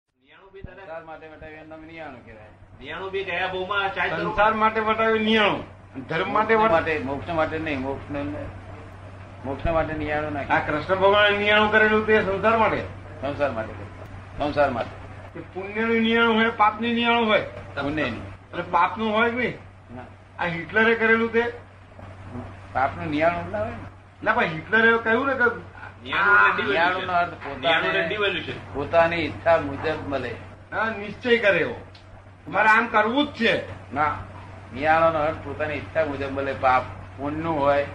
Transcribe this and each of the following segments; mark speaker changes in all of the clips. Speaker 1: નિયાણું બી દાદા
Speaker 2: સંસાર માટે વટાવી એનું નામ નિયાણું કહેવાય.
Speaker 1: નિયાણું બી ગયા બહુમાં ચાર કરોડ-
Speaker 3: સંસાર માટે વટાવ્યું નિયાણું અને ધર્મ માટે
Speaker 2: મોક્ષ
Speaker 3: વટ-
Speaker 2: માટે મોક્ષ માટે નહીં મોક્ષ મોક્ષ માટે નિયાણું ના
Speaker 3: આ
Speaker 2: કહેવાય.
Speaker 3: કૃષ્ણ ભગવાને નિયાણું કરેલું તે સંસાર માટે
Speaker 2: સંસાર માટે કહેવાય. સંસાર માટે
Speaker 3: કે પુણ્યનું નિયાણું હોય પાપની નિયાણું હોય
Speaker 2: પુણ્ય નહીં.
Speaker 3: અને પાપનું હોય બી
Speaker 2: ના.
Speaker 3: આ હિટલરે કરેલું તે
Speaker 2: પાપનું નિયાણું ના હોય ને.
Speaker 3: ના પણ હિટલરે કહ્યું ને કે
Speaker 1: નિયાણું એટલે
Speaker 2: નિયાણું
Speaker 1: devaluation.
Speaker 2: નો અર્થ પોતાને-
Speaker 1: નિયાણું એટલે devaluation.
Speaker 2: પોતાની ઈચ્છા મુજબ મળે
Speaker 3: આ નિશ્ચય કરે એવો મારે આમ કરવું જ છે
Speaker 2: ના નિયાણો નો અર્થ પોતાની ઈચ્છા મુજબ મળે પાપ પુણ્યનું હોય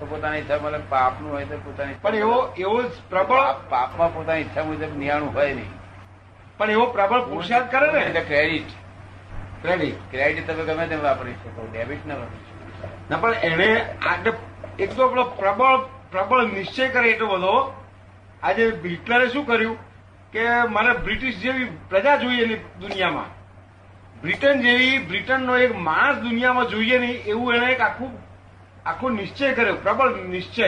Speaker 2: તો પોતાની ઈચ્છા મળે પાપનું હોય તો પોતાની
Speaker 3: પણ એવો એવો જ પ્રબળ
Speaker 2: પાપ- પાપમાં પોતાની ઈચ્છા મુજબ નિયાણું હોય નહીં
Speaker 3: પણ એવો પ્રબળ પુરુષાર્થ કરે ને
Speaker 2: એટલે ક્રેડિટ
Speaker 3: ક્રેડિટ
Speaker 2: ક્રેડિટ તમે ગમે તેમ વાપરી શકો ડેબિટ ના વાપરી શકો
Speaker 3: ના પણ એણે આજે એક તો પેલો પ્રબળ પ્રબળ નિશ્ચય કરે એટલો બધો આજે હિટલરે શું કર્યું કે મારે બ્રિટિશ જેવી પ્રજા જોઈએ નહીં દુનિયામાં બ્રિટન જેવી બ્રિટનનો એક માણસ દુનિયામાં જોઈએ નહીં એવું એણે એક આખું આખો નિશ્ચય કર્યો પ્રબળ નિશ્ચય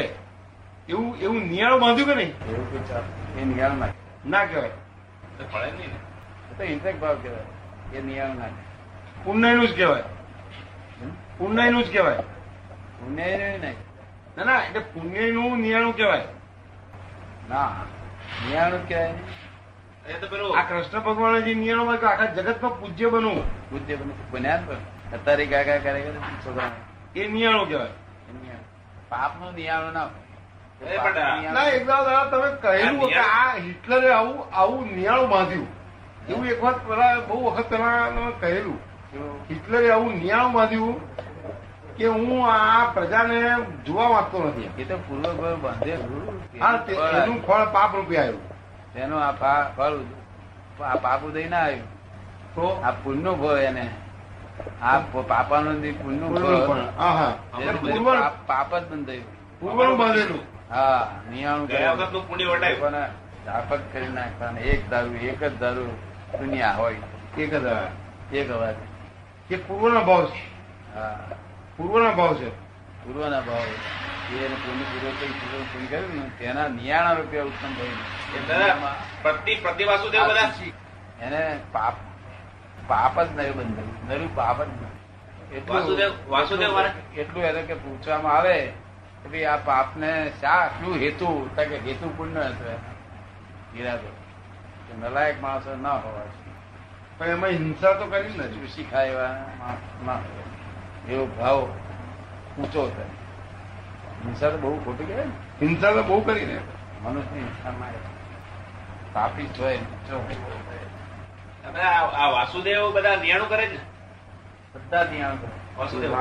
Speaker 3: એવું એવું નિયાળો બાંધ્યું કે નહીં
Speaker 2: એવું કોઈ ચાલ એ નિયાણું ના કહેવાય.
Speaker 3: ના કહેવાય
Speaker 1: તો ફળે નહીં ને.
Speaker 2: એ તો ઇન્ટેક ભાવ કહેવાય એ નિયાણું ના કહેવાય.
Speaker 3: પુણ્યનું જ કહેવાય
Speaker 2: હમ?
Speaker 3: પુણ્યનું જ કહેવાય
Speaker 2: પુણ્ય એનું નહીં
Speaker 3: ના ના એટલે પુણ્યનું નિયાણું કહેવાય
Speaker 2: ના નિયાણું જ કહેવાય ને.
Speaker 1: એ તો પેલું
Speaker 3: આ કૃષ્ણ ભગવાન જે નિયમ હોય કે આખા જગતમાં પૂજ્ય બનવું
Speaker 2: બુદ્ધિ બને બન્યા જ પણ અત્યારે ગાગા કરે કરે ને છોકરાઓને.
Speaker 3: એ નિયાણું કહેવાય
Speaker 2: એ નિયાણું. પાપનું નિયાણું ના હોય.
Speaker 1: એ પણ
Speaker 2: પાપનું
Speaker 3: ના એકદમ દાદા તમે કહેલું કે આ હિટલરે આવું આવું નિયાણું બાંધ્યું એવું એક વખત પેલા બહુ વખત પેલા તમે કહેલું
Speaker 2: નિયાણું.
Speaker 3: હિટલરે આવું નિયાણું બાંધ્યું કે હું આ પ્રજાને જોવા માંગતો નથી
Speaker 2: એ તો પૂર્વભાવ બાંધે ગુરુ.
Speaker 3: હા તે-
Speaker 2: ફળ
Speaker 3: એનું ફળ પાપ રૂપે આવ્યું
Speaker 2: આવ્યું. તેનું આ પા- ફળ ઉદ- આ પાપ ઉદય ના આવ્યું
Speaker 3: તો
Speaker 2: આ પુણ્યનો ભય એને આ પ- પાપાનો જે પુણ્યનો ભય,
Speaker 3: પૂર્વનું પણ હા હા
Speaker 2: એનું બધું
Speaker 3: પૂર્વ
Speaker 2: પાપ- પાપ જ બંધાયું
Speaker 3: પૂર્વનું બાંધેલું
Speaker 2: હા નિયાણું
Speaker 1: ગયા
Speaker 2: કર્યું.
Speaker 1: વખતનું પુણ્ય વટાયું
Speaker 2: લોકોને ઝાપટ કરી નાખવાના એક દારૂ એક જ દારૂ દુનિયા હોય
Speaker 3: એક જ આવ્યા.
Speaker 2: એક અવાજ
Speaker 3: એ પૂર્વનો ભાવ છે
Speaker 2: હા
Speaker 3: પૂર્વનો ભાવ છે
Speaker 2: પૂર્વના ભાવ એને પુણ્ય પૂર્વ કઈ પૂર્વ પુણ્ય કર્યું ને તેના નિયાણા રૂપિયા ઉત્તમ
Speaker 1: એ
Speaker 2: ભાઈ
Speaker 1: દાદા પ્રતિ પ્રતિવાસુ દેવ બધા
Speaker 2: એને પાપ પાપ જ નહીં બંધાયું નરું પાપ જ નહીં
Speaker 1: વાસુદેવ- વાસુદેવ
Speaker 2: એટલું-
Speaker 1: વાળા?
Speaker 2: એટલું એને કે પૂછવામાં આવે કે ભાઈ આ પાપને શા શું હેતુ તો કે હેતુ પુણ્ય હતો એનો. ઈરાદો કે નલાયક માણસો ના હોવા જોઈએ.
Speaker 3: પણ એમાં હિંસા તો કરી જ નથી
Speaker 2: ચૂસી ખાય એવા માણસ ના હોય. એવો ભાવ ઊંચો થાય હિંસા તો બહુ ખોટી કહેવાય ને
Speaker 3: હિંસા તો બહુ કરી ને
Speaker 2: મનુષ્યની હિંસા મારે પાપી છો એમ છો.
Speaker 1: તમે આ આ વાસુદેવ બધા નિયાણું કરે છે ને?
Speaker 2: બધા ધ્યાન કરે
Speaker 1: વાસુદેવ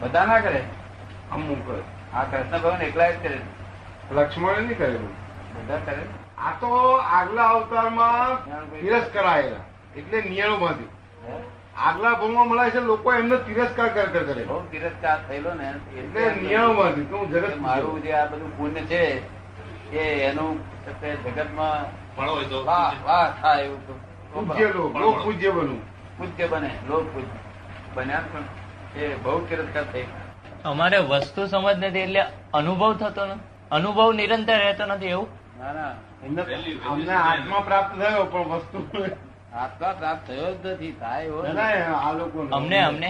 Speaker 2: બધા ના કરે
Speaker 3: અમુક
Speaker 2: આ કૃષ્ણ ભગવાન એકલા જ કરે
Speaker 3: લક્ષ્મણે નહીં કરેલું
Speaker 2: બધા કરે ને.
Speaker 3: આ તો આગલા અવતારમાં તિરસ્કાર આવેલા એટલે નિયણો બાંધ્યું
Speaker 2: હે?
Speaker 3: આગલા ભવમાં મળે છે લોકો એમને તિરસ્કાર કર કર કરે
Speaker 2: બહુ તિરસ્કાર થયેલો ને
Speaker 3: એટલે નિયણો બાંધ્યું કે હું
Speaker 2: કે
Speaker 3: જગત
Speaker 2: મારું જે આ બધું પુણ્ય છે એ એનું તે જગતમાં
Speaker 1: ભણો હોય તો
Speaker 2: વાહ વાહ થાય એવું તો-
Speaker 3: પૂજ્ય લોક લોક પૂજ્ય બનવું
Speaker 2: પૂજ્ય બને લોક પૂજ્ય બન્યા પણ એ બહુ તિરસ્કાર થઈ
Speaker 4: અમારે વસ્તુ સમજ નથી એટલે અનુભવ થતો નથી અનુભવ નિરંતર રહેતો નથી એવું
Speaker 2: ના ના
Speaker 3: એમને
Speaker 1: Value, value
Speaker 3: અમને
Speaker 1: છે.
Speaker 3: આત્મા પ્રાપ્ત થયો પણ વસ્તુ
Speaker 2: આત્મા પ્રાપ્ત થયો જ નથી થાય એવો
Speaker 3: ના,
Speaker 2: જ.
Speaker 3: ના, આ લોકો
Speaker 4: અમને અમને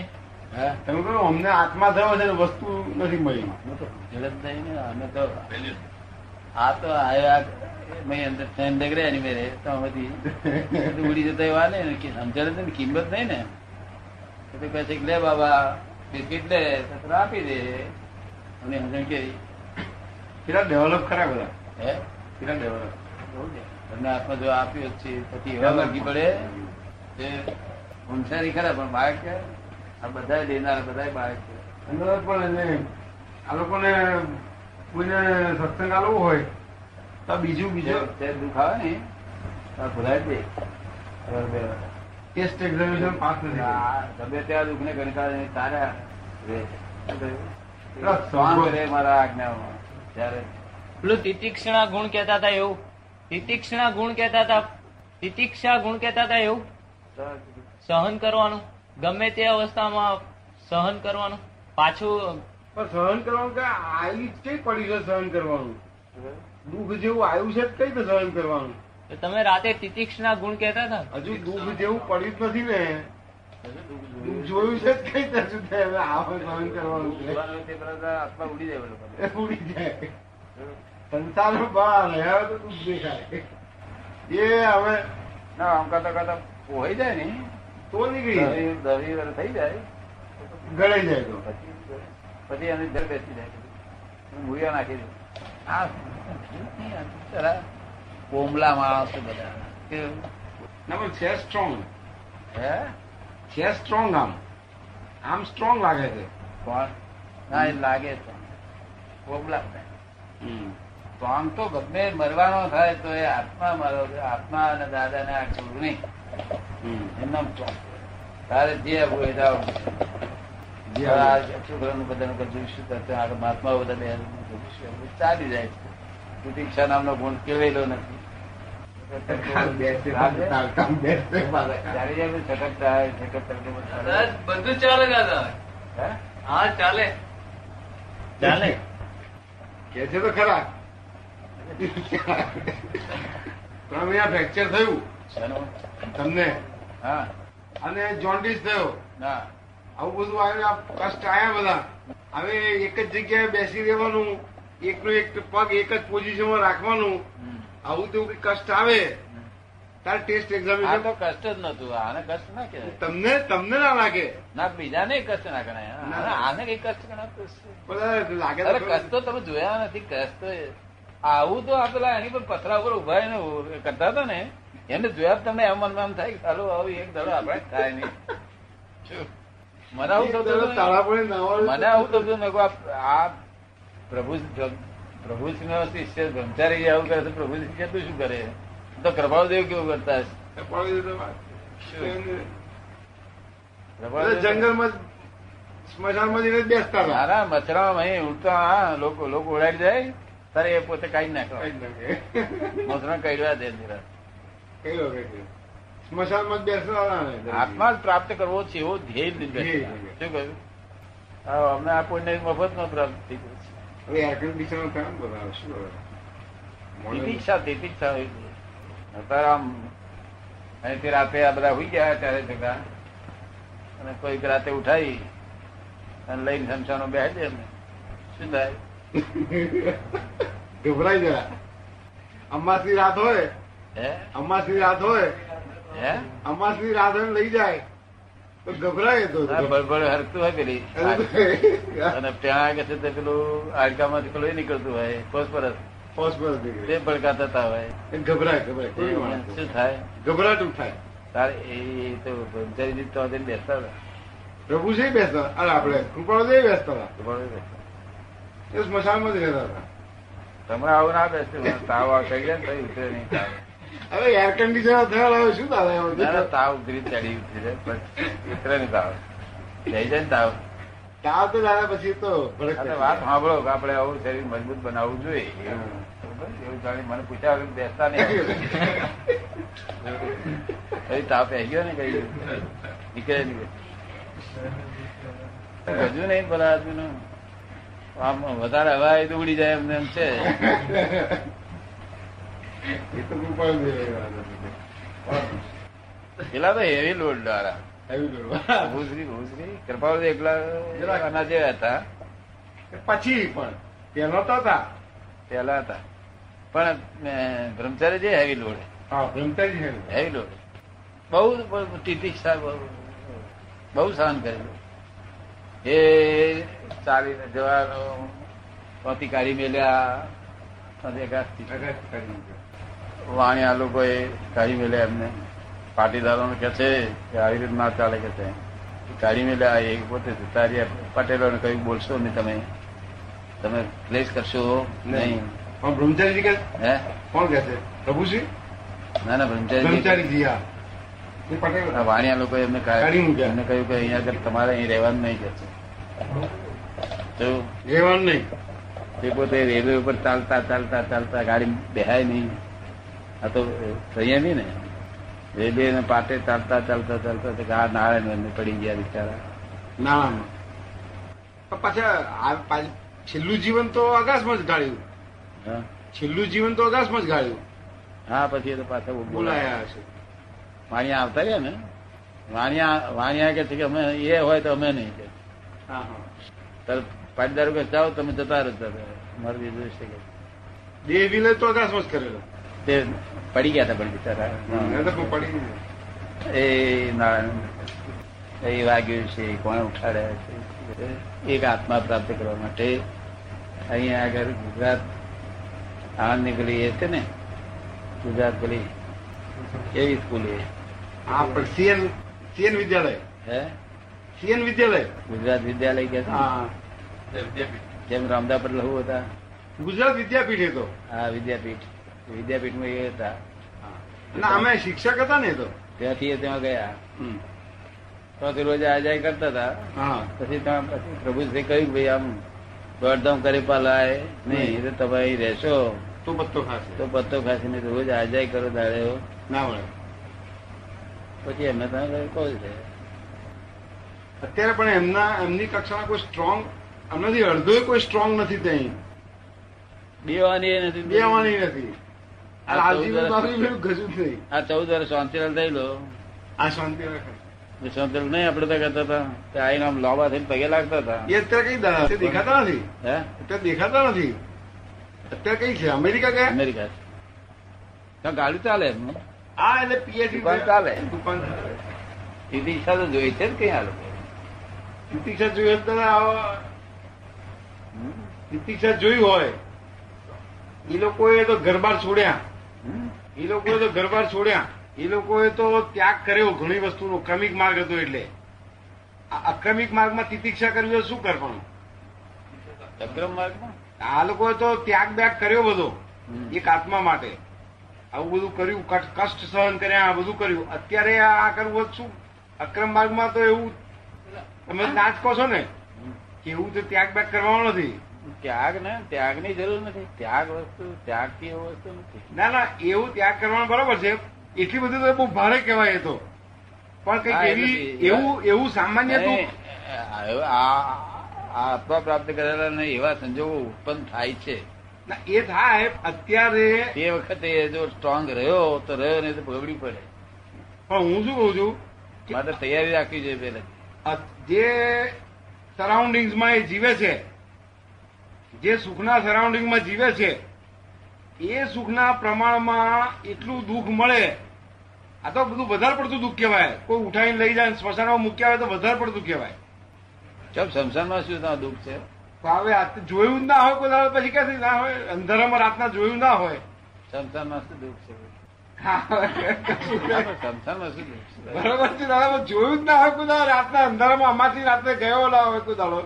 Speaker 2: હે?
Speaker 3: તમે કહો અમને આત્મા થયો છે ને વસ્તુ નથી મળી
Speaker 2: અમે તો ઝડપ થઈ ને અમે તો
Speaker 1: Value.
Speaker 2: આ તો આયા મેં અંદર ફેન ડગડ્યા ની મેરે તો આમાંથી બધું ઉડી જતા એવા ને કે સમજણ જ ને કિંમત નહીં ને તો તે કહે છે કે લે બાબા બિસ્કીટ લે તો તને આપી દે અને સમજણ કેવી
Speaker 3: પેલા ડેવલપ ખરા બધા
Speaker 2: હે
Speaker 3: પેલા ડેવલપ
Speaker 2: તમને આત્મા જો આપ્યો જ છે પછી એવા લાગી પડે તે હુંશારી ખરા પણ બાળક છે આ બધા લેનારા બધા બાળક છે
Speaker 3: અંદર પણ એને આ લોકોને કોઈને સત્સંગ આલવો હોય તો આ બીજું બીજું
Speaker 2: જે- જે દુઃખ આવે ને તો આ ભૂલાય જ નહીં. બરાબર.
Speaker 3: ટેસ્ટ એક્ઝામિનેશન પાસ નથી કર્યું.
Speaker 2: આ ગમે ત્યાં દુઃખને ગણકાર નહીં, તારા રે. શું
Speaker 3: પેલા
Speaker 2: કહ્યું?
Speaker 3: સ્વામી.
Speaker 2: સ્વામ રે મારા આજ્ઞાઓમાં. જ્યારે
Speaker 4: પેલું તિતિક્ષણા ગુણ કહેતા હતા એવું તિતિક્ષણા ગુણ કહેતા હતા તિતિક્ષા ગુણ કહેતા હતા એવું સહન કરવાનું ગમે તે અવસ્થામાં સહન કરવાનું પાછું
Speaker 3: પણ સહન કરવાનું કે આવી જ કઈ પડ્યું છે સહન કરવાનું દુઃખ જેવું આવ્યું છે જ કઈ રીતે સહન કરવાનું
Speaker 4: તો તમે રાતે તિતિક્ષના ગુણ કહેતા હતા
Speaker 3: હજુ દુઃખ જેવું પડ્યું જ નથી ને દુઃખ
Speaker 2: દુઃખ
Speaker 3: જોયું છે જ કઈ ત્યાં સુધી હવે આવે સહન કરવાનું છે
Speaker 2: જોવાનું તે પેલા તો આત્મા ઉડી જાય
Speaker 3: એ ઉડી જાય સંસારનો ભાર હવે તો દુઃખ દેખાય એ હવે
Speaker 2: ના આમ કરતા કરતા પોહાઈ જાય ને
Speaker 3: તો નીકળી જાય.
Speaker 2: દહી દહી વર થઈ જાય
Speaker 3: ગળાઈ જાય તો
Speaker 2: પછી પછી એની અંદર બેસી જાય મૂળિયા નાખી દે આ જરા કોમલા માણસ છે બધા કેવું?
Speaker 3: ના પણ છે સ્ટ્રોંગ
Speaker 2: હે
Speaker 3: છે સ્ટ્રોંગ આમ આમ સ્ટ્રોંગ લાગે છે
Speaker 2: કોણ ના એ લાગે તો કોમલા તો આમ તો ગમે મરવાનો થાય તો એ આત્મા મારો આત્મા અને દાદા ને આ ગુરુ નહીં એમના ચોક તારે જે આપવું એ દાવ
Speaker 3: જે
Speaker 2: છોકરાનું બધાનું કજું શું થતું આગળ મહાત્મા બધા બે હાથનું કજું શું એવું ચાલી જાય છે પ્રતીક્ષા નામનો ગુણ કેળવેલો
Speaker 3: કામ બેસે
Speaker 2: નથી
Speaker 3: તારું કામ બેસે
Speaker 2: ચાલી જાય બધું સખત થાય, સખત થાય, બધું ચાલે.
Speaker 4: બધું ચાલે દાદા
Speaker 2: હે?
Speaker 4: હા ચાલે
Speaker 3: ચાલે કે છે તો ખરા પણ અહીંયા ફ્રેક્ચર થયું
Speaker 2: શાનું?
Speaker 3: તમને
Speaker 2: હા
Speaker 3: અને જોન્ડિસ થયો
Speaker 2: ના
Speaker 3: આવું બધું આવ્યું આ કષ્ટ આવ્યા બધા હવે એક જ જગ્યાએ બેસી રહેવાનું એકનો એક પગ એક જ પોઝિશનમાં રાખવાનું
Speaker 2: હમ.
Speaker 3: આવું તેવું કંઈ કષ્ટ આવે તારે ટેસ્ટ
Speaker 2: આ તો
Speaker 3: એક્ઝામિનેશન
Speaker 2: કષ્ટ જ નતું આને કષ્ટ ના કહેવાય
Speaker 3: તમને તમને ના લાગે
Speaker 2: ના બીજાને કષ્ટ ના ગણાય
Speaker 3: ના.
Speaker 2: આને- આને કઈ કષ્ટ ગણાતું જ છે.
Speaker 3: પણ લાગે
Speaker 2: અરે
Speaker 3: તો ખરું.
Speaker 2: કષ્ટ તો તમે જોયા નથી કષ્ટ તો એ- આવું તો આ પેલા એની પર પથરા ઉપર ઉભા રહીને ઉ- કરતા હતા ને એને જોયા જ તમને એમ મનમાં એમ થાય કે ચાલો આવું એક દાડો આપણે થાય નહીં શું? મને આવું થતું હતું ને?
Speaker 3: તાળાપણે નાવાનું.
Speaker 2: મને આવું થતું હતું ને કે આ- આ પ્રભુ પ્રભુ શિષ્ય બ્રહ્મચારી આવું કરે તો પ્રભુ શિષ્ય તું શું કરે તો કૃપાળદેવ કેવું કરતા હશે?
Speaker 3: પાડી દીધો વાત.
Speaker 2: શું?
Speaker 3: એટલે
Speaker 2: કૃપાળદેવ-
Speaker 3: જંગલમાં સ્મશાનમાં જઈને બેસતા હતા
Speaker 2: નાના મચરામાં અહીં ઉડતા હા, લોકો લોકો ઉડાડી જાય તારે એ પોતે કાઢી નાખે
Speaker 3: કઈ જ ન કહે.
Speaker 2: મચરા કાઢવા દે જરા.
Speaker 3: કઈ વખત નહીં. સ્મશાનમાં જ બેસતા હતા ને.
Speaker 2: આત્મા જ પ્રાપ્ત કરવો છે એવો ધ્યેય લીધો છે.
Speaker 3: ધ્યેય.
Speaker 2: શું કહ્યું હા, અમને આ પુણ્ય મફત નો પ્રાપ્ત થઈ ગયો છે
Speaker 3: હવે air conditioner થાય ને બધા. શું હવે? મોડે-
Speaker 2: તિતિક્ષા તિતિક્ષા હોય છે. અત્યારે આમ અહીંથી રાતે આ બધા હુઈ ગયા ત્યારે જગા અને કોઈક રાતે ઉઠાવી અને લઈને શમશાનો બેસી દે અમને. શું થાય
Speaker 3: ગભરાઈ જરા અમાસની રાત હોય
Speaker 2: હે
Speaker 3: અમાસની રાત હોય
Speaker 2: હે
Speaker 3: અમાસની રાત હોય ને લઈ જાય તો ગભરાય તો
Speaker 2: આ બળબળ હરખતું હોય પેલી અને ત્યાં કે છે તે પેલું હાડકામાંથી પેલું એ નીકળતું હોય ફોસ્ફરસ
Speaker 3: હોસ્પિટલ
Speaker 2: તે ભડકાતા હતા હોય
Speaker 3: ગભરાય ગભરાય કોઈ માણસ
Speaker 2: શું થાય
Speaker 3: ગભરાટ ઉઠાય
Speaker 2: તારે એ તો બ્રહ્મચારીજી તો જઈને બેસતા હતા
Speaker 3: પ્રભુ છે બેસતા અરે આપણે કૃપાળુ છે બેસતા હતા
Speaker 2: તમારે બેસતા.
Speaker 3: એ સ્મશાનમાં જ રહેતા હતા
Speaker 2: તમે આવું ના બેસતું મને તાવ આ કરી જાય ને તોય ઉતરે નહીં તાવ
Speaker 3: હવે એર કન્ડિશનર થયેલા હવે શું થાય
Speaker 2: ના, ના,
Speaker 3: હવે?
Speaker 2: તાવ ઉતરી ચડી ઉતરી જાય પણ ઉતરે નહીં તાવ જઈ જાય ને તાવ
Speaker 3: તાવ તો લાગે પછી તો ભડક
Speaker 2: અને
Speaker 3: થઈ
Speaker 2: વાત
Speaker 3: જાય.
Speaker 2: સાંભળો કે આપણે આવું શરીર મજબૂત બનાવવું જોઈએ એવું બરોબર? એવું જાણી મને પૂછ્યા વગર બેસતા નહીં કઈ તાપ આવી ગયો ને કઈ નીકળે નીકળે ગજુ નહીં પેલા આદમીનું આમ વધારે હવા એ તો ઉડી જાય એમને એમ છે
Speaker 3: એ તો કૃપાળુ છે રહેવાના.
Speaker 2: પેલા તો હેવી લોડ દ્વારા
Speaker 3: આવી ગયું.
Speaker 2: ભૂસરી ભૂસરી કૃપાળુ એકલા
Speaker 3: જરાક.
Speaker 2: આના જેવા હતા
Speaker 3: પછી પણ પહેલો તો હતા
Speaker 2: પેલા હતા પણ અમ, બ્રહ્મચારી જે હેવી લોડ
Speaker 3: હા ભ્રમતાજી છે
Speaker 2: હેવી લોડ બહુ તિતિક્ષા બહુ બહુ સહન કરેલું એ ચાલીને જવાનો પોતી કાઢી મેલ્યા પછી એક હાથથી વાણિયા લોકોએ કાઢી મેલ્યા એમને પાટીદારોને કે છે કે આવી રીતે ના ચાલે કે છે કાઢી મેલ્યા એ પોતે જતા રહ્યા પટેલોને કહ્યું બોલશો નહીં તમે તમે પ્લેસ કરશો નહીં
Speaker 3: પણ બ્રહ્મચારીજી કે
Speaker 2: હે
Speaker 3: કોણ કે છે પ્રભુશ્રી
Speaker 2: ના ના બ્રહ્મચારી
Speaker 3: બ્રહ્મચારીજી હા એ પટેલ
Speaker 2: આ વાણિયા લોકો એમને
Speaker 3: કાઢી
Speaker 2: કાઢી
Speaker 3: મૂક્યા.
Speaker 2: એમને કહ્યું કે અહીંયા આગળ તમારે અહીં રહેવાનું નહીં કે છે તો
Speaker 3: રહેવાનું નહીં
Speaker 2: તે પોતે રેલવે ઉપર ચાલતા ચાલતા ચાલતા ગાડી બેહાય નહીં આ તો સંયમી ને રેલવે ને પાટે ચાલતા ચાલતા ચાલતા તો આ નારાયણ પડી ગયા બિચારા
Speaker 3: નાણામાં પણ પાછા આ પા- છેલ્લું જીવન તો આકાશમાં જ ગાળ્યું
Speaker 2: હા.
Speaker 3: છેલ્લું જીવન તો આકાશમાં જ ગાળ્યું
Speaker 2: હા પછી એ તો પાછા બોલાયા
Speaker 3: બોલાયા હશે
Speaker 2: વાણિયા આવતા રહ્યા ને વાણિયા વાણિયા કે છે કે અમે એ હોય તો અમે નહીં કે
Speaker 3: હા હા
Speaker 2: તારે પાટીદારો કે જાઓ તમે જતા રહો તમે મારું બીજું છે કે
Speaker 3: દેહ વિલય તો અગાસમાં જ કરેલો
Speaker 2: તે પડી ગયા હતા પણ બિચારા
Speaker 3: એ તો પડી ગયું.
Speaker 2: એ નારાયણ એ વાગ્યું છે કોણ ઉઠાડ્યા છે એક આત્મા પ્રાપ્ત કરવા માટે અહીંયા આગળ ગુજરાત આણંદની પેલી એ છે ને ગુજરાત પેલી કેવી સ્કૂલ એ
Speaker 3: હા પણ સીએન સીએન વિદ્યાલય
Speaker 2: હે
Speaker 3: સીએન વિદ્યાલય
Speaker 2: ગુજરાત વિદ્યાલય કે
Speaker 3: હા
Speaker 2: જેમ રામદા પર લહુ હતા
Speaker 3: ગુજરાત વિદ્યાપીઠ એ તો
Speaker 2: આ વિદ્યાપીઠ વિદ્યાપીઠમાં એ હતા
Speaker 3: અને અમે શિક્ષક હતા ને એ તો
Speaker 2: ત્યાંથી એ ત્યાં ગયા
Speaker 3: હમ.
Speaker 2: ત્યાંથી રોજ આ જાય કરતા હતા
Speaker 3: હા
Speaker 2: પછી ત્યાં પછી પ્રભુજી કહ્યું કે ભાઈ આમ દોડધામ કરી પાલાય નહીં તો તમે અહીં રહેશો
Speaker 3: તો પત્તો ખાશે
Speaker 2: તો પત્તો ખાસીને રોજ આજાય કરો દાડે
Speaker 3: ના વળે
Speaker 2: પછી એમને તમે કહું છે
Speaker 3: અત્યારે પણ એમના એમની કક્ષાના કોઈ સ્ટ્રોંગ એમનાથી અડધોય કોઈ સ્ટ્રોંગ નથી ત્યાં
Speaker 2: બેવાની એ નથી
Speaker 3: બેવાની નથી આ
Speaker 2: આ ચૌદ
Speaker 3: લાલજીનું
Speaker 2: વર્ષ
Speaker 3: તો આવી બધું ગજું જ નહીં
Speaker 2: આ ચૌદ વર્ષ શાંતિલાલ થયેલો
Speaker 3: આ શાંતિ રાખે
Speaker 2: એ શાંતિલાલ નહીં આપડે તો કરતા હતા કે આઈને આમ લાંબા થઈને પગે લાગતા હતા
Speaker 3: એ અત્યારે કઈ દાદા તે દેખાતા નથી
Speaker 2: હે
Speaker 3: અત્યારે દેખાતા નથી અત્યારે કઈ છે અમેરિકા ગયા
Speaker 2: અમેરિકા ત્યાં ગાડી ચાલે એમનું
Speaker 3: આ એટલે પીએચડી
Speaker 2: દુકાન ચાલે.
Speaker 3: દુકાન ચાલે.
Speaker 2: એ દિશા તો જોઈ છે ને કઈ આ લોકો
Speaker 3: પ્રતીક્ષા જોઈ હોય તો આવા
Speaker 2: હમ?
Speaker 3: પ્રતીક્ષા જોઈ હોય એ લોકોએ તો ઘરબાર છોડ્યા
Speaker 2: હમ?
Speaker 3: એ લોકોએ તો ઘરબાર છોડ્યા એ લોકોએ તો ત્યાગ કર્યો ઘણી વસ્તુનો ક્રમિક માર્ગ હતો એટલે આ અક્રમિક માર્ગમાં તિતિક્ષા કરવી હોય તો શું કરવાનું
Speaker 2: અક્રમ માર્ગમાં
Speaker 3: આ લોકોએ તો ત્યાગ બ્યાગ કર્યો બધો
Speaker 2: હમ.
Speaker 3: એક આત્મા માટે આવું બધું કર્યું કટ- કષ્ટ સહન કર્યા આ બધું કર્યું અત્યારે આ કરવું હોત શું અક્રમ માર્ગમાં તો એવું તમે નાચ કહો છો ને કે એવું તો ત્યાગ બ્યાગ કરવાનો નથી
Speaker 2: ત્યાગ ને ત્યાગની જરૂર નથી ત્યાગ વસ્તુ ત્યાગ થી એવું વસ્તુ નથી
Speaker 3: ના ના એવું ત્યાગ કરવાનું બરાબર છે એટલી બધી તો બહુ ભારે કહેવાય એ તો
Speaker 2: હા,
Speaker 3: પણ કઈક
Speaker 2: એ
Speaker 3: એવી
Speaker 2: નથી.
Speaker 3: એવું એવું સામાન્ય
Speaker 2: નહીં,
Speaker 3: દુઃખ
Speaker 2: આ- આ આ આત્મા પ્રાપ્ત કરેલા ને એવા સંજોગો ઉત્પન્ન થાય છે
Speaker 3: ના, એ થાય અત્યારે
Speaker 2: તે વખતે જો સ્ટ્રોંગ રહ્યો તો રહ્યો નહીં તો બગડી પડે
Speaker 3: પણ હું શું કહું છું કે
Speaker 2: માટે તૈયારી રાખવી જોઈએ પેલા
Speaker 3: અ- જે સરાઉન્ડિંગમાં એ જીવે છે જે સુખના સરાઉન્ડિંગમાં જીવે છે એ સુખના પ્રમાણમાં એટલું દુઃખ મળે આ તો બધું વધારે પડતું દુઃખ કહેવાય કોઈ ઉઠાઈને લઈ જાય અને સ્મશાનમાં મૂક્યા હોય તો વધારે પડતું કહેવાય
Speaker 2: ચમ શમશાનમાં શું ત્યાં દુઃખ છે
Speaker 3: તો હવે આ તો જોયું જ ના હોય કોઈ દાડો પછી ક્યાંથી ના હોય અંધારામાં રાતના જોયું ના હોય
Speaker 2: શમશાનમાં શું દુઃખ છે
Speaker 3: બરાબર
Speaker 2: શમશાનમાં શું દુઃખ છે
Speaker 3: છે દાદા પણ જોયું જ ના હોય કોઈ દાડો રાતના અંધારામાં આમાંથી રાત્રે ગયો ના હોય કોઈ દાડો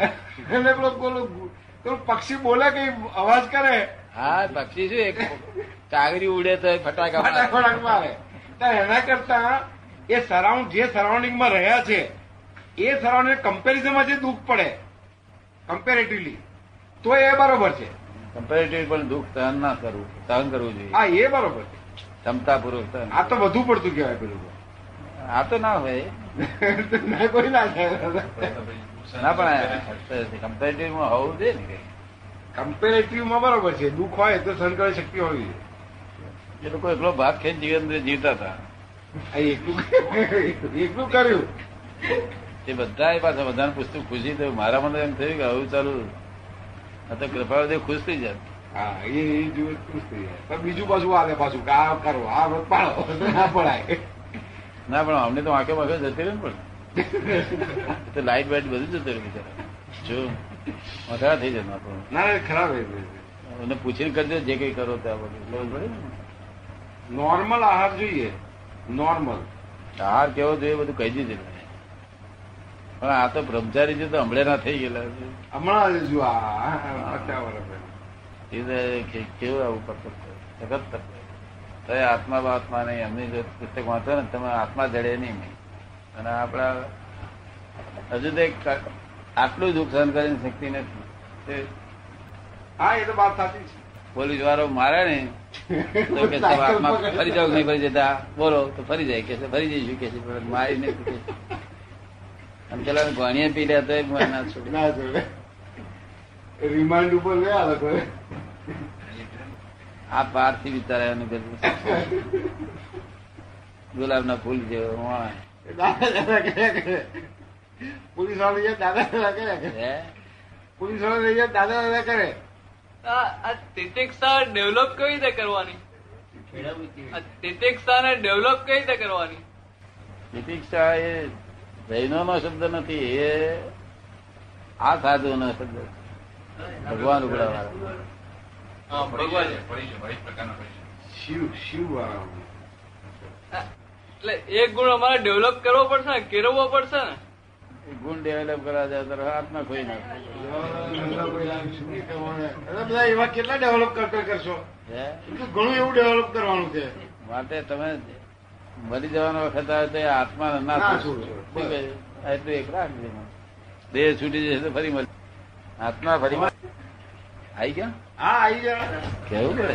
Speaker 3: એટલે પેલો પેલું પેલું પક્ષી બોલે કઈ અવાજ કરે
Speaker 2: હા પક્ષી શું એક કાગરી ઉડે તો ફટાકા મારે.
Speaker 3: ફટાફટાકમાં આવે તો એના કરતા એ સરાઉન્ડ જે સરાઉન્ડિંગમાં રહ્યા છે એ સરાઉન્ડિંગ કમ્પેરિઝનમાં જે દુઃખ પડે કમ્પેરેટિવલી તો એ બરોબર છે
Speaker 2: કમ્પેરેટિવ પણ દુઃખ સહન ના કરવું સહન કરવું જોઈએ
Speaker 3: હા એ બરોબર છે
Speaker 2: ક્ષમતાપૂર્વક સહન
Speaker 3: આ તો વધુ પડતું કહેવાય પેલું
Speaker 2: આ તો ના હોય
Speaker 3: ના કોઈ ના થાય
Speaker 2: ના પણ કમ્પેરેટિવ માં હોવું જોઈએ ને કંઈ.
Speaker 3: કમ્પેરેટિવમાં બરોબર છે દુઃખ હોય તો સહન કરવાની શક્તિ હોવી જોઈએ.
Speaker 2: એ લોકો એકલો ભાગ ખેંચ જીવન જીવતા હતા
Speaker 3: આ એકલું એકલું કર્યું
Speaker 2: તે બધા પાછા બધાને પુસ્તક ખુશી થયું મારા મને એમ થયું કે આવું ચાલુ આ તો કૃપાળુદેવ ખુશ થઈ જાય
Speaker 3: હા એ એ જીવન ખુશ થઈ જાય પણ બીજું પાછું આવે પાછું કે આ કરો આ વ્રત પાડો ના પડાય
Speaker 2: ના પણ અમને તો આંખે માખે જતી રહે ને પણ એ તો લાઈટ વાઈટ બધું જતું રહ્યું બિચારા જો વધારા થઈ જતો આપણું
Speaker 3: ના ના, ખરાબ એ છે.
Speaker 2: એમને પૂછીને કરજો જે કઈ કરો ત્યાં બધું ખબર પડી ને?
Speaker 3: નોર્મલ આહાર જોઈએ નોર્મલ
Speaker 2: આહાર કેવો જોઈએ બધું કહી દીધું મેં. પણ આ તો બ્રહ્મચારી છે તો હમણાં ના થઈ ગયેલા છે.
Speaker 3: હમણાં જ જો આ પચાસ વર્ષ પહેલા.
Speaker 2: એ તો કે- કેવું આવું પકડ છે? સખત પકડ છે. તો એ આત્મા બાત્મા નહીં એમની જો પુસ્તક વાંચો ને તમે આત્મા જડે નહીં અને આપણા હજુ તો એક ક- આટલું દુઃખ સહન કરીને શક્તિ નથી તે
Speaker 3: હા એ તો વાત સાચી
Speaker 2: પોલીસ વાળો મારે ને
Speaker 3: છે
Speaker 2: તો કે સાહેબ આત્મા ફરી જાવ નહીં ફરી જતા બોલો તો ફરી જાય કે છે, ફરી જઈશું કે છે, પણ મારી નહીં કે છે. અને પેલા ગણીએ પી લે તો ના છોડે
Speaker 3: ના જોડે રિમાન્ડ ઉપર ગયા લોકો
Speaker 2: આ પારથી વિચારે એને બધું ગુલાબના ફૂલ જેવો હોય.
Speaker 3: દાદા દાદા કર્યા કરે પોલીસ વાળો છે, દાદા દાદા કર્યા કરે
Speaker 2: હે?
Speaker 3: પોલીસ વાળો લઈ જાય, દાદા દાદા કરે
Speaker 4: આ આ તિતિક્ષા ડેવલપ કેવી રીતે કરવાની આ તિતિક્ષાને ડેવલપ કેવી રીતે કરવાની
Speaker 2: પ્રતિક્ષા એ જૈનોનો શબ્દ નથી એ આ સાધુનો શબ્દ છે. ભગવાન ઉપડાવાળા
Speaker 4: હા, ભગવાન
Speaker 3: શિવ શિવ વાળો.
Speaker 4: એટલે એ ગુણ અમારે ડેવલપ કરવો પડશે ને કેળવવો પડશે ને
Speaker 2: એ ગુણ ડેવલપ કરવા જાય તો હાથમાં ખોઈ નાખે
Speaker 3: અરે બધા એવા કેટલા ડેવલપ કરતા કરશો
Speaker 2: હે?
Speaker 3: એટલું ઘણું એવું ડેવલપ કરવાનું છે
Speaker 2: માટે તમે મરી જવાનો વખત આવે તો એ આત્મા
Speaker 3: ના
Speaker 2: ના
Speaker 3: છૂટો.
Speaker 2: છૂટે. આ એટલું એક રાખજો એમાં. દેહ છૂટી જશે તો ફરી મળી આત્મા ફરી મળી આવી ગયા
Speaker 3: હા આવી ગયા
Speaker 2: કેવું પડે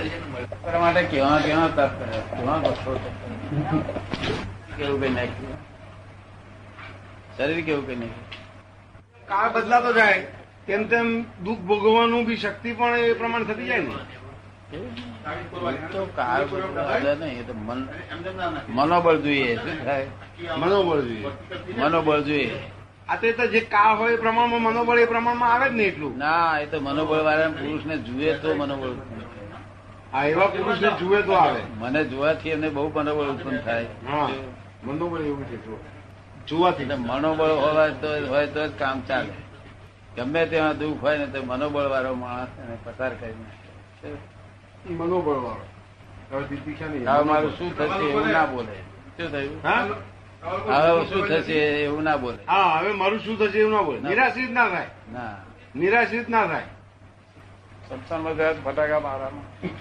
Speaker 2: તમારા માટે કેવા કેવા તપ કરે કેવા કષ્ટો છે. કેવું કઈ નાખ્યું શરીર કેવું કઈ નાખ્યું
Speaker 3: કાળ બદલાતો જાય તેમ તેમ દુઃખ ભોગવવાનું બી શક્તિ પણ એ પ્રમાણે થતી જાય ને
Speaker 2: એ તો કાળ બધા નહીં એ તો મન મનોબળ જોઈએ શું થાય
Speaker 3: મનોબળ જોઈએ
Speaker 2: મનોબળ જોઈએ
Speaker 3: આ તે તો જે કાળ હોય એ પ્રમાણમાં મનોબળ એ પ્રમાણમાં આવે જ નહીં એટલું
Speaker 2: ના એ તો મનોબળ વાળા પુરુષને જુએ તો મનોબળ ઉત્પન્ન થાય.
Speaker 3: આ એવા પુરુષને જુએ તો આવે
Speaker 2: મને જોવાથી એમને બહુ મનોબળ ઉત્પન્ન થાય
Speaker 3: હા મનોબળ એવું છે જો જોવાથી
Speaker 2: એટલે મનોબળ હોવા તો હોય તો જ કામ ચાલે ગમે તેમાં દુઃખ હોય ને તો મનોબળ વાળો માણસ એને પસાર કરી નાખે.
Speaker 3: મનોબળ વાળો હવે દીપિકા નહીં
Speaker 2: હવે મારું શું થશે એવું ના બોલે શું થયું
Speaker 3: હા
Speaker 2: હવે શું થશે એવું ના બોલે
Speaker 3: હા હવે મારું શું થશે એવું ના બોલે
Speaker 2: ના.
Speaker 3: નિરાશ્રિત ના થાય
Speaker 2: ના
Speaker 3: નિરાશ્રિત ના થાય
Speaker 2: સત્સંગમાં ગયા તો ફટાકા મારવાના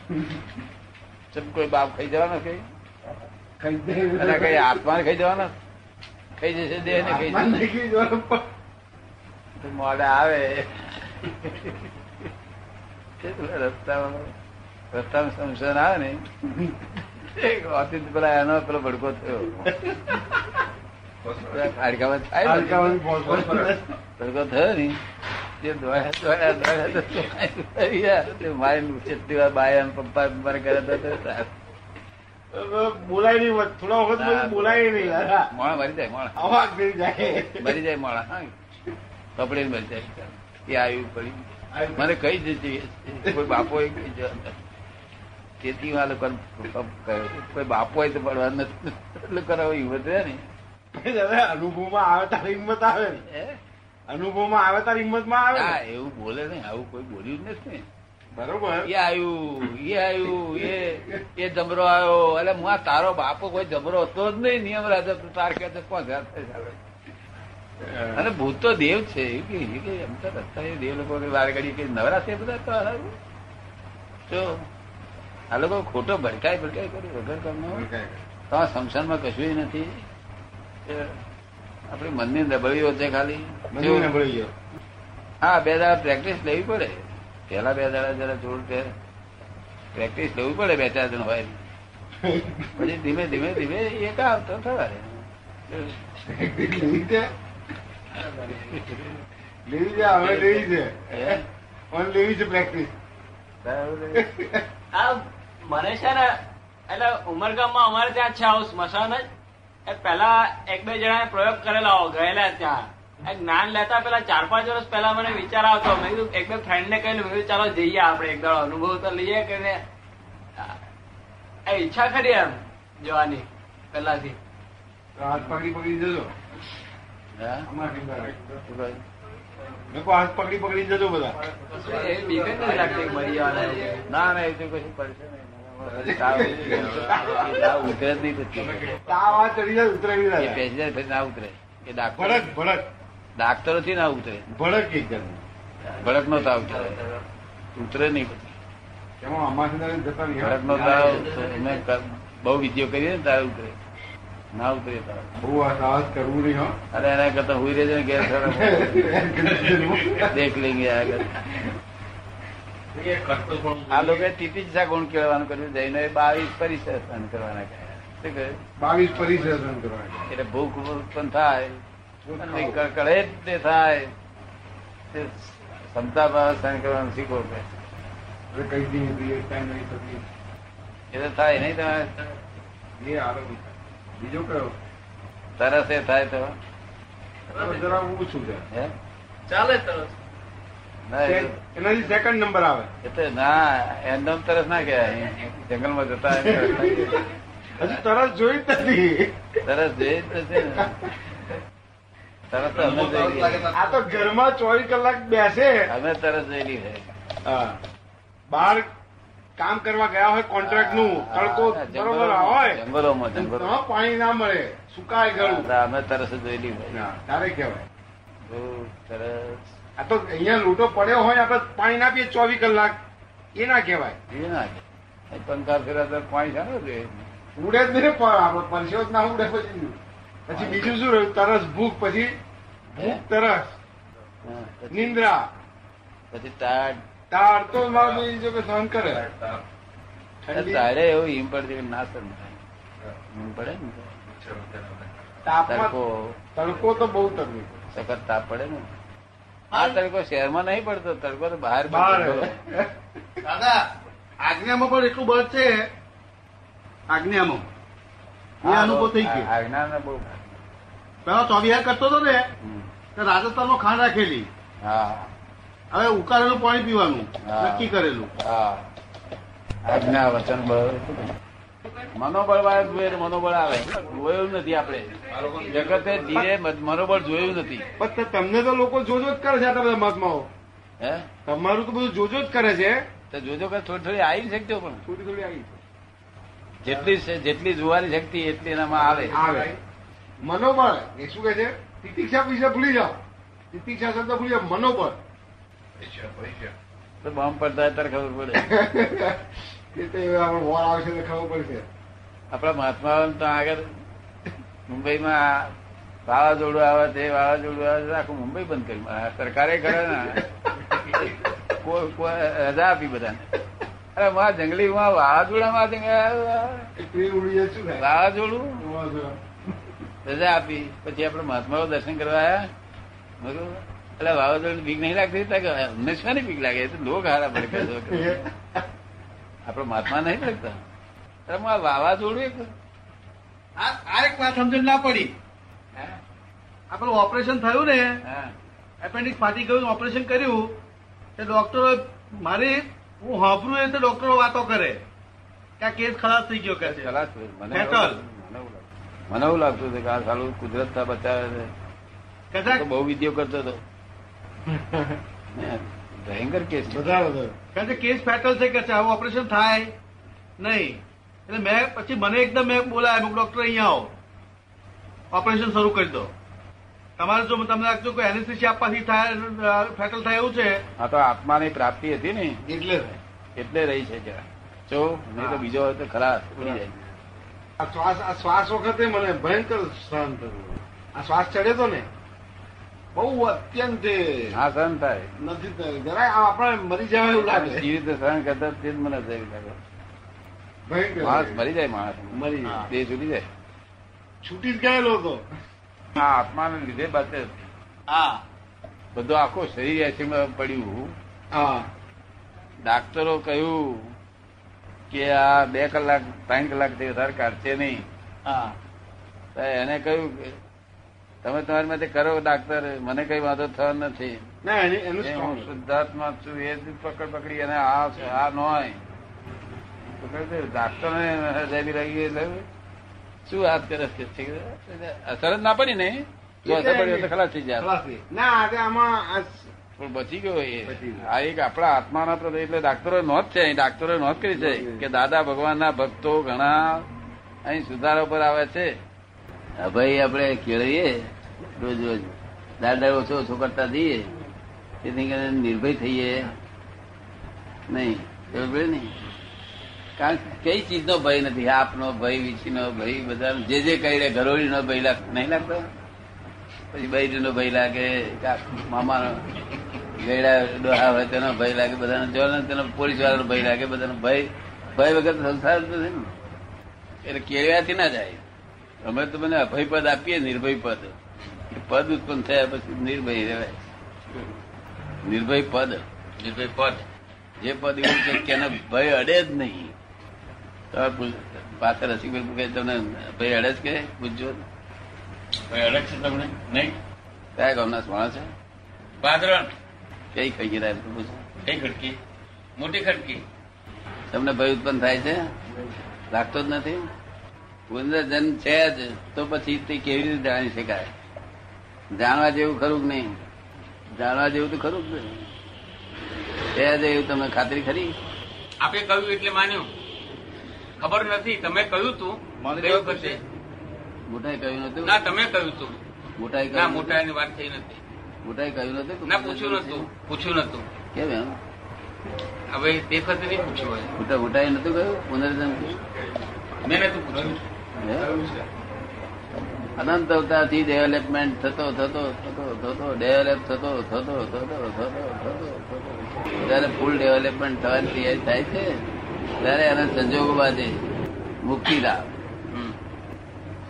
Speaker 2: ચમ કોઈ બાપ ખાઈ જવાનો કઈ અરે કઈ આત્માને ખાઈ જવાનો ખાઈ જશે દેહ ને ખાઈ જશે તો મોડે આવે તે પેલા રસ્તામાં રસ્તામાં સમસન આવે ને એક અતિત પેલા એનો પેલો ભડકો થયો પેલા ખાડકામાં થાય ને, ભડકો થયો ને તે દોડ્યા દોડ્યા દોડ્યા દોડ્યા દોડ્યા. તે મારી કેટલી વાર બાય અને પપ્પા પપ્પા કરે તો તો સારું.
Speaker 3: બોલાય નહીં વધ- થોડા વખત પછી બોલાય નહીં યાર.
Speaker 2: મોણા મરી જાય મોણા
Speaker 3: અવાજ થઈ જાય
Speaker 2: મરી જાય મોણા હા કપડે મરી જાય એ આવ્યું પડ્યું મને કઈ જતી કોઈ બાપો કઈ જવા તેથી આ લોકો કોઈ બાપો તો પડવા નથી લોકો હિંમત રહે ને
Speaker 3: દાદા, અનુભવમાં આવે તારી હિંમત આવે ને
Speaker 2: હે?
Speaker 3: અનુભવમાં આવે તારી હિંમતમાં આવે
Speaker 2: ના
Speaker 3: ને.
Speaker 2: એવું બોલે નહીં આવું કોઈ બોલ્યું જ નથી
Speaker 3: બરોબર
Speaker 2: એ આવ્યું એ આવ્યું એ એ જમરો આવ્યો એટલે હું આ તારો બાપો કોઈ જમરો હતો જ નહીં નિયમ રાજા તું તાર કે કોણ ઘર થાય આવે. અને ભૂત તો દેવ છે એવું કે એ કે એમ તો રસ્તા એ દેવ લોકો વાર ઘડી કે નવરા છે બધા તો હારું. જો આ લોકો ખોટો ભડકાય ભડકાય કરે વગર કામનો. તમારા શમશાનમાં કશું નથી એ આપણી મનની નબળીઓ છે ખાલી
Speaker 3: મને નબળી ગયો
Speaker 2: હા બે દાડા પ્રેક્ટિસ લેવી પડે પેલા બે દાડા જરા થોડું તે પ્રેક્ટિસ લેવી પડે બે ચાર જણ હોય પછી ધીમે ધીમે ધીમે એક આવતો થવા રહે.
Speaker 3: લેવી છે લેવી છે હવે લેવી છે
Speaker 2: હે?
Speaker 3: હવે લેવી છે પ્રેક્ટિસ
Speaker 2: બરાબર છે?
Speaker 4: આ મને છે ને એટલે ઉમરગામમાં અમારે ત્યાં છે આવું સ્મશાન જ એ પેલા એક બે જણાએ પ્રયોગ કરેલા હો ગયેલા ત્યાં એ જ્ઞાન લેતા પેલા ચાર પાંચ વર્ષ પહેલા મને વિચાર આવતો મેં કીધું એક બે ફ્રેન્ડને કહેલું મેં કીધું ચાલો જઈએ આપણે એક દાડો અનુભવ તો લઈએ કે ને એ ઈચ્છા ખરી એમ જવાની પહેલાથી
Speaker 3: હાથ પકડી પકડી જજો
Speaker 2: હા? શું કહ્યું?
Speaker 3: લોકો હાથ પકડી પકડી જજો બધા
Speaker 4: એ બીક જ નથી લાગતી કે મરી જવાના છે.
Speaker 2: ના ના એવું કશું પડશે નહીં તાવ તાવ ઉતરે જ નહીં પછી.
Speaker 3: તાવ આ ચડી જાય ઉતરાવી
Speaker 2: એ
Speaker 3: જાય
Speaker 2: પેસેન્જર પછી ના ઉતરે એ ડાક્ટર
Speaker 3: ભડક ભડક
Speaker 2: ડાક્ટરો થી ના ઉતરે
Speaker 3: ભડક એકદમ
Speaker 2: ભડક નો તાવ ઉતરે ઉતરે નહીં પછી
Speaker 3: એમાં અમાસી જતા
Speaker 2: ભડક નો તાવ તો અમે ક- બહુ વિધિઓ કરીએ ને તારે ઉતરે ના ઉતરે તાવ
Speaker 3: બહુ આ સાહસ કરવું નહીં હો
Speaker 2: અરે એના કરતા હુઈ રહેજો ને ઘેર સારા દેખ લેંગે આગળ આ લોકો તિતિક્ષા ગુણ કેળવાનું કર્યું જઈને બાવીસ પરિસર કરવાના કહ્યા શું કહ્યું
Speaker 3: બાવીસ પરિસર્જન કરવા
Speaker 2: એટલે ભૂખ ઉત્પન્ન થાય અને કળે તે થાય તે ક્ષમતા ભાવ સહન કરવાનું શીખો કે
Speaker 3: કઈ દી ટાઈમ નહીં થતી
Speaker 2: એ તો થાય નહીં તમારે
Speaker 3: એ આરોગ્ય બીજો કયો
Speaker 2: તરસ એ થાય તો
Speaker 3: હવે જરા ઓછું છે
Speaker 2: હે
Speaker 1: ચાલે તરસ
Speaker 2: ના એ તો-
Speaker 3: સે- એનાથી સેકન્ડ નંબર આવે
Speaker 2: એ તો ના એમનેમ તરસ ના કહેવાય જંગલમાં જતા એમ તરસ ના કહેવાય.
Speaker 3: હજુ તરસ જોઈ જ નથી
Speaker 2: તરસ જોઈએ જ તો છે ને તરસ તો અમે જોઈ લીધી.
Speaker 3: આ તો ઘરમાં ચોવીસ કલાક બેસે
Speaker 2: અમે તરસ જોયેલી છે
Speaker 3: હા. બહાર કામ કરવા ગયા હોય કોન્ટ્રાક્ટ નું તડકો
Speaker 2: હા,
Speaker 3: બરોબર હોય
Speaker 2: જંગલોમાં
Speaker 3: તો
Speaker 2: જંગલોમાં
Speaker 3: પાણી ના મળે સુકાય ગળું
Speaker 2: હા, અમે તરસ જોયેલી હોય
Speaker 3: ના, તારે કહેવાય
Speaker 2: બહુ તરસ
Speaker 3: આ તો અહીંયા લોટો પડ્યો હોય આપણે પાણી ના પીએ ચોવીસ કલાક એ ના કહેવાય
Speaker 2: એ ના કહેવાય. પંખા ફેરવતા પાણી શાનો જોઈએ
Speaker 3: ઉડે જ નહીં ને પર આપણે પરસેવો જ ના ઉડે પછી પછી બીજું શું રહ્યું તરસ ભૂખ પછી
Speaker 2: હે?
Speaker 3: ભૂખ તરસ
Speaker 2: હા, પછી-
Speaker 3: નિંદ્રા
Speaker 2: પછી તાડ
Speaker 3: તાર તો મારો બીજો કે સહન કરે ઠંડી
Speaker 2: તારે એવું હિમ પડતી કે ના સહન થાય હિમ પડે ને
Speaker 3: તાપમાં
Speaker 2: તડકો
Speaker 3: તડકો તો બહુ તકલીફ
Speaker 2: સખત તાપ પડે ને આ તડકો શહેરમાં નહીં પડતો તડકો તો બહાર
Speaker 3: બહાર
Speaker 2: પડતો.
Speaker 5: દાદા આજ્ઞામાં પણ એટલું બળ છે આજ્ઞામાં એ અનુભવ થઈ
Speaker 2: આ-
Speaker 5: ગયો
Speaker 2: આ જ્ઞાનને બહુ
Speaker 5: પેલા ચોવિહાર કરતો હતો ને
Speaker 2: હમ.
Speaker 5: તો રાજસ્થાનમાં ખાંડ રાખેલી
Speaker 2: હા
Speaker 5: હવે ઉકાળેલું પાણી પીવાનું
Speaker 2: હા.
Speaker 5: નક્કી કરેલું
Speaker 2: હા આજ્ઞા વચન બળ મનોબળ વાળા જોઈએ તો મનોબળ આવે જોયું નથી આપણે જગતે ધીરે મન- મનોબળ જોયું નથી
Speaker 3: પણ તમને તો લોકો જોજો જ કરે છે આટલા બધા મહાત્માઓ
Speaker 2: હે
Speaker 3: તમારું તો બધું જોજો જ કરે છે
Speaker 2: તો જોજો કે થોડી થોડી આવી શકજો પણ
Speaker 3: થોડી થોડી આવી
Speaker 2: જેટલી સ- જેટલી જોવાની શક્તિ એટલી એનામાં આવે
Speaker 3: આવે મનોબળ એ શું કે છે તિતિક્ષા વિશે ભૂલી જાઓ તિતિક્ષા શબ્દ ભૂલી જાઓ મનોબળ
Speaker 2: તો બોમ્બ પડતા હોય ત્યારે ખબર પડે
Speaker 3: એ તો હવે આપણે વોર આવશે તો ખબર પડશે
Speaker 2: આપણા મહાત્માઓને તો આગળ મુંબઈમાં આ વાવાઝોડું આવે તે વાવાઝોડું આવે તે આખું મુંબઈ બંધ કરી મારે. આ સરકારે કરે ને કોઈ કોઈ રજા આપી બધાને અરે માં જંગલી માં વાવાઝોડામાં જંગલ-
Speaker 3: એ ટ્રેન ઉડી જાય શું થાય
Speaker 2: વાવાઝોડું
Speaker 3: વાંધો.
Speaker 2: રજા આપી પછી આપણે મહાત્માઓ દર્શન કરવા આવ્યા બરોબર એટલે વાવાઝોડું બીક નહીં લાગતી ત્યાં કે અમને શાની બીક લાગે એ તો લોક હારા પડે કે શું કરે. આપણે મહાત્મા નહીં લાગતા અરે હું આ વાવાઝોડું એક
Speaker 5: આ આ એક વાત સમજણ ના પડી
Speaker 2: હા,
Speaker 5: આ પેલું ઓપરેશન થયું ને
Speaker 2: હા.
Speaker 5: એપેન્ડિક્સ ફાટી ગયું ઓપરેશન કર્યું તે ડોક્ટરો મારી હું હાંભરું એ તો ડોક્ટરો વાતો કરે કે આ કેસ ખલાસ થઈ ગયો કે છે
Speaker 2: ખલાસ થઈ. મને એવું
Speaker 5: ફેંકલ.
Speaker 2: લાગતું. મને એવું લાગતું. મને એવું લાગતું હતું કે આ સાલું કુદરત તા બચાવે છે હું
Speaker 5: કદાચ
Speaker 2: તો બહુ વિધિઓ કરતો હતો ભયંકર કેસ છે.
Speaker 3: વધારે વધારે
Speaker 5: કારણ કે કેસ ફેટલ છે કે છે આવું ઓપરેશન થાય નહીં એટલે મેં પછી મને એકદમ મેં બોલાયા મેં ડોક્ટર અહીંયા આવો ઓપરેશન શરૂ કરી દો તમારે જો તમને લાગતું કે એનેસ્થેસિયા આપવાથી થાય ફેટલ થાય એવું છે
Speaker 2: આ તો આત્માની પ્રાપ્તિ હતી ને
Speaker 3: એટલે થાય.
Speaker 2: એટલે રહી છે જરા જો નહીં તો બીજો હોય તો ખલાસ ઉડી જાય
Speaker 3: આ શ્વાસ આ શ્વાસ વખતે મને ભયંકર સહન થયું આ શ્વાસ ચડ્યો તો ને બહુ અત્યંત એ
Speaker 2: હા સહન થાય
Speaker 3: નથી થયું. જરાય આમ આપણે મરી જવા એવું લાગે
Speaker 2: જીવિત સહન કરતા તે જ મને થયું લાગે માણસ
Speaker 3: ભયંકર
Speaker 2: મરી જાય માણસ
Speaker 3: મરી જાય.
Speaker 2: હા. તે છૂટી જાય
Speaker 3: છૂટી જ ગયેલો હતો
Speaker 2: આ આત્માને લીધે બાદ
Speaker 5: હા
Speaker 2: બધું આખું શરીર એસીમાં પડ્યું
Speaker 3: હા
Speaker 2: ડાક્ટરો કહ્યું કે આ બે કલાક ત્રણ કલાકથી વધારે કાઢશે નહીં
Speaker 5: હા
Speaker 2: તો એને કહ્યું કે તમે તમારી માટે કરો ડાક્ટર મને કઈ વાંધો થવાનો નથી
Speaker 3: ના એની- એનું
Speaker 2: એ હું
Speaker 3: સ્ટોપ
Speaker 2: શુદ્ધાત્મા જ છું એ જ પકડ પકડી અને આ છે, આ ન હોય ડાક્ટર ને હૃદયની લાગી ગઈ એટલે શું વાત કરે છે ઠીક છે? અસર જ ના પડી ને જો અસર પડી હોય તો ખલાસ થઈ જાય
Speaker 3: ખલાસી. ના આજે આમાં આ સ-
Speaker 2: પણ બચી ગયો એ
Speaker 3: બચી ગયો.
Speaker 2: આ એક આપણા આત્માના પ્રતિ એટલે ડાક્ટરો નોંધ છે અહીં ડાક્ટરો નોંધ કરી છે કે દાદા ભગવાનના ભક્તો ઘણા અહીં સુધારો પર આવે છે હા ભાઈ આપણે કેળવીએ રોજ રોજ દાદા ઓછો ઓછો કરતા જઈએ તેથી કરીને નિર્ભય થઈએ નહીં ખબર પડી ને? કારણ કે કઈ ચીજનો ભય નથી આપનો ભય વીછીનો ભય બધા જે જે કહી રહ્યા ઘરોળીનો ભય લાગ નહીં લાગતો પછી બૈરીનો ભય લાગે કાક મામાનો ગયડા ડોહા હોય તેનો ભય લાગે બધાને જો ને તેનો પોલીસ વાળાનો ભય લાગે બધાનો ભય ભય વગર તો સંસાર જ નથી ને એટલે કેળવ્યાથી ના જાય અમે તો મને અભય પદ આપીએ નિર્ભય પદ એ પદ ઉત્પન્ન થયા પછી નિર્ભય રહેવાય નિર્ભય પદ નિર્ભય પદ જે પદ એવું છે કે એનો ભય અડે જ નહીં તો આ પૂછ- પાછળ રસિકભાઈ પૂછે તમને ભાઈ અડે જ કે પૂછજો
Speaker 6: ભાઈ અલગ છે તમને નહીં
Speaker 2: કયા ગામના સ્વાણ છે
Speaker 6: પાદરણ
Speaker 2: કઈ ખાઈ રહ્યા છે? પૂછો
Speaker 6: કઈ ખડકી મોટી ખડકી
Speaker 2: તમને ભય ઉત્પન્ન થાય છે લાગતો જ નથી પુનર્જન્મ છે જ તો પછી તે કેવી રીતે જાણી શકાય જાણવા જેવું ખરું કે નહીં જાણવા જેવું તો ખરું જ ને. છે જ એવું તમને ખાતરી ખરી
Speaker 6: આપે કહ્યું એટલે માન્યું ખબર નથી તમે કહ્યું તું
Speaker 5: માની
Speaker 6: કઈ
Speaker 5: લેવું
Speaker 6: વખતે
Speaker 2: મોટાએ કહ્યું નતું
Speaker 6: ના તમે કહ્યું તું
Speaker 2: મોટાએ
Speaker 6: ના
Speaker 2: કહ્યું નહોતું?
Speaker 6: મોટાની વાત થઈ નથી
Speaker 2: મોટાએ કહ્યું નતું કે
Speaker 6: ના પૂછ્યું નતું પૂછ્યું નતું
Speaker 2: કેમ એમ
Speaker 6: હવે તે વખતે નહીં પૂછ્યું હોય
Speaker 2: મોટા મોટાએ નતું કહ્યું પુનર્જન્મ કહ્યું?
Speaker 6: મેં નતું પૂછ્યું
Speaker 2: અનંત અવતારથી ડેવલપમેન્ટ થતો થતો થતો થતો ડેવલપ થતો થતો થતો થતો થતો થતો જયારે ફૂલ ડેવલપમેન્ટ થવાની તૈયારી થાય છે ત્યારે એના સંજોગો બાદ મુક્તિ લાભ
Speaker 6: હમ.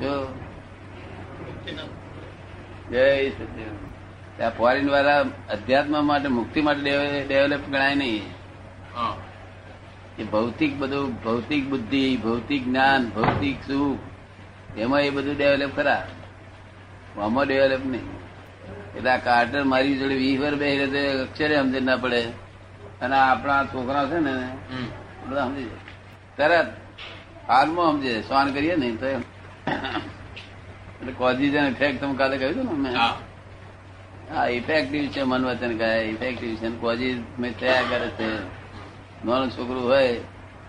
Speaker 2: જો જય સચિદાનંદ. ત્યાં ફોરેન વાળા અધ્યાત્મ માટે મુક્તિ માટે ડેવ- ડેવલપ ગણાય નહીં
Speaker 6: હા
Speaker 2: એ ભૌતિક બધું ભૌતિક બુદ્ધિ ભૌતિક જ્ઞાન ભૌતિક સુખ એમાં એ બધું ડેવલપ ખરા આમાં ડેવલપ નહીં એટલે આ કાર્ટર મારી જોડે વીસ વાર બે એટલે અક્ષરે સમજણ ના પડે અને આપણા છોકરા છે ને
Speaker 6: હમ.
Speaker 2: બધા સમજી જાય તરત હાલમાં સમજે સ્વાન કરીએ ને તો એમ એટલે કોઝિઝ એન્ડ ઇફેક્ટ તમે કાલે કહ્યું હતું ને મેં
Speaker 6: હા
Speaker 2: હા ઇફેક્ટિવ છે મન વચન કહે ઇફેક્ટિવ છે કોઝિસ મેં થયા કરે છે નાનું છોકરું હોય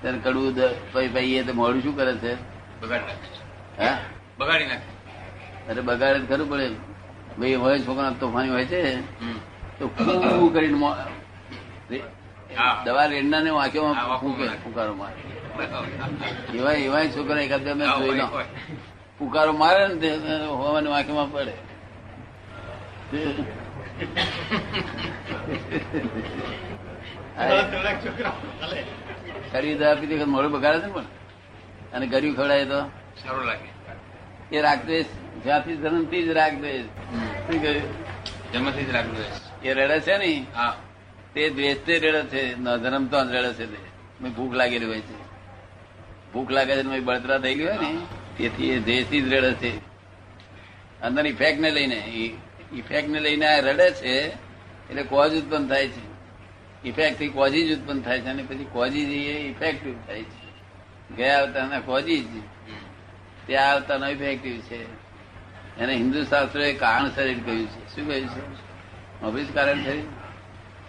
Speaker 2: ત્યારે કડવું દ- પછી ભાઈ એ તો મોડું શું કરે છે
Speaker 6: બગાડી નાખે
Speaker 2: હા
Speaker 6: બગાડી નાખે
Speaker 2: અરે બગાડે તો ખરું પડે ભાઈ હોય છોકરા તોફાની હોય છે
Speaker 6: હમ.
Speaker 2: તો ફૂ કરીને મો- રે-
Speaker 6: હા.
Speaker 2: દવા રેડના ને
Speaker 6: હા,
Speaker 2: વાંક્યો
Speaker 6: વાંકો
Speaker 2: ફૂંકે
Speaker 6: મારે.
Speaker 2: ફૂંકારો મારે
Speaker 6: હા,
Speaker 2: એવા એવા છોકરા એકાદ બે મેં જોઈ
Speaker 6: હોય,
Speaker 2: લો
Speaker 6: હોય.
Speaker 2: પુકારો મારે ને તે હોવાની વાંકીમાં પડે તે- આ ખરીદ આપી દે મોડું બગાડે છે ને પણ અને ગરીબ ખવડાય તો
Speaker 6: સારું લાગે
Speaker 2: એ રાગદ્વેષ જ્યાંથી જન્મથી જ રાગદ્વેષ શું કહ્યું?
Speaker 6: જન્મથી જ લાગુ રહે છે.
Speaker 2: એ રડે છે ને
Speaker 6: હા
Speaker 2: તે દ્વેષથી રડે છે ન જન્મતો જ રડે છે તે મેં ભૂખ લાગેલી હોય છે ભૂખ લાગે છે ને મેં બળતરા થયેલી હોય ને તેથી એ દ્વેષથી જ રડે છે અંદર ઇફેક્ટ ને લઈને ઇફેક્ટ ને લઈને આ રડે છે એટલે કોજ ઉત્પન્ન થાય છે ઇફેક્ટ થી કોજી જ ઉત્પન્ન થાય છે અને પછી કોજી એ ઇફેક્ટિવ થાય છે ગયા અવતારના કોજી જ
Speaker 6: હમ.
Speaker 2: ત્યાં આવતાનો ઇફેક્ટિવ છે એને હિન્દુ શાસ્ત્રોએ કારણ શરીર કહ્યું છે શું કહ્યું છે અભિષ કારણ શરીર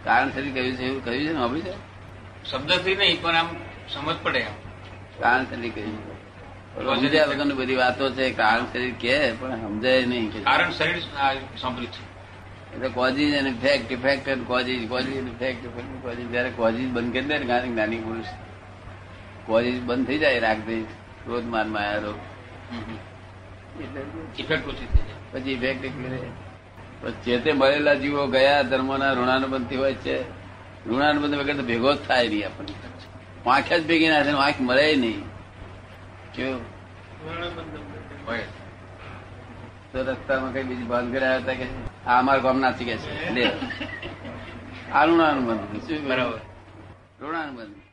Speaker 2: કારણ શરીર કહ્યું છે એવું કહ્યું છે ને અભિષ
Speaker 6: શબ્દથી નહીં પણ આમ સમજ પડે એમ
Speaker 2: કારણ શરીર કહ્યું છે સમજ્યા વગરની બધી વાતો છે કારણ શરીર કે પણ સમજાય નહીં કે
Speaker 6: કારણ શરીર આ સાંભળ્યું છે
Speaker 2: એટલે કોઝિસ અને effect effect and causes causes અને ઇફેક્ટ ઇફેક્ટ કોઝિસ જ્યારે કોઝિસ બંધ કરી દે ને જ્ઞાની જ્ઞાની પુરુષ કોઝિસ બંધ થઈ જાય રાગદેશ ક્રોધ માન માયા રોગ
Speaker 6: હમ, હમ.
Speaker 2: એટલે
Speaker 6: ઇફેક્ટ ઓછી થઈ જાય
Speaker 2: પછી ઇફેક્ટ જે તે મળેલા જીવો ગયા ધર્મોના ઋણાનુબંધી હોય છે ઋણાનુબંધ વગર તો ભેગો જ થાય નહીં આપણને વાંખ જ ભેગી ના થાય વાંખ મળે નહીં કેવું
Speaker 6: હોય
Speaker 2: તો રસ્તામાં કઈ બીજી બંધ કર્યા હતા કે આ અમારા ગામ નાસી ગયા છે લે આ ઋણાનુબંધ શું બરાબર
Speaker 6: બરાબર
Speaker 2: ઋણાનુબંધ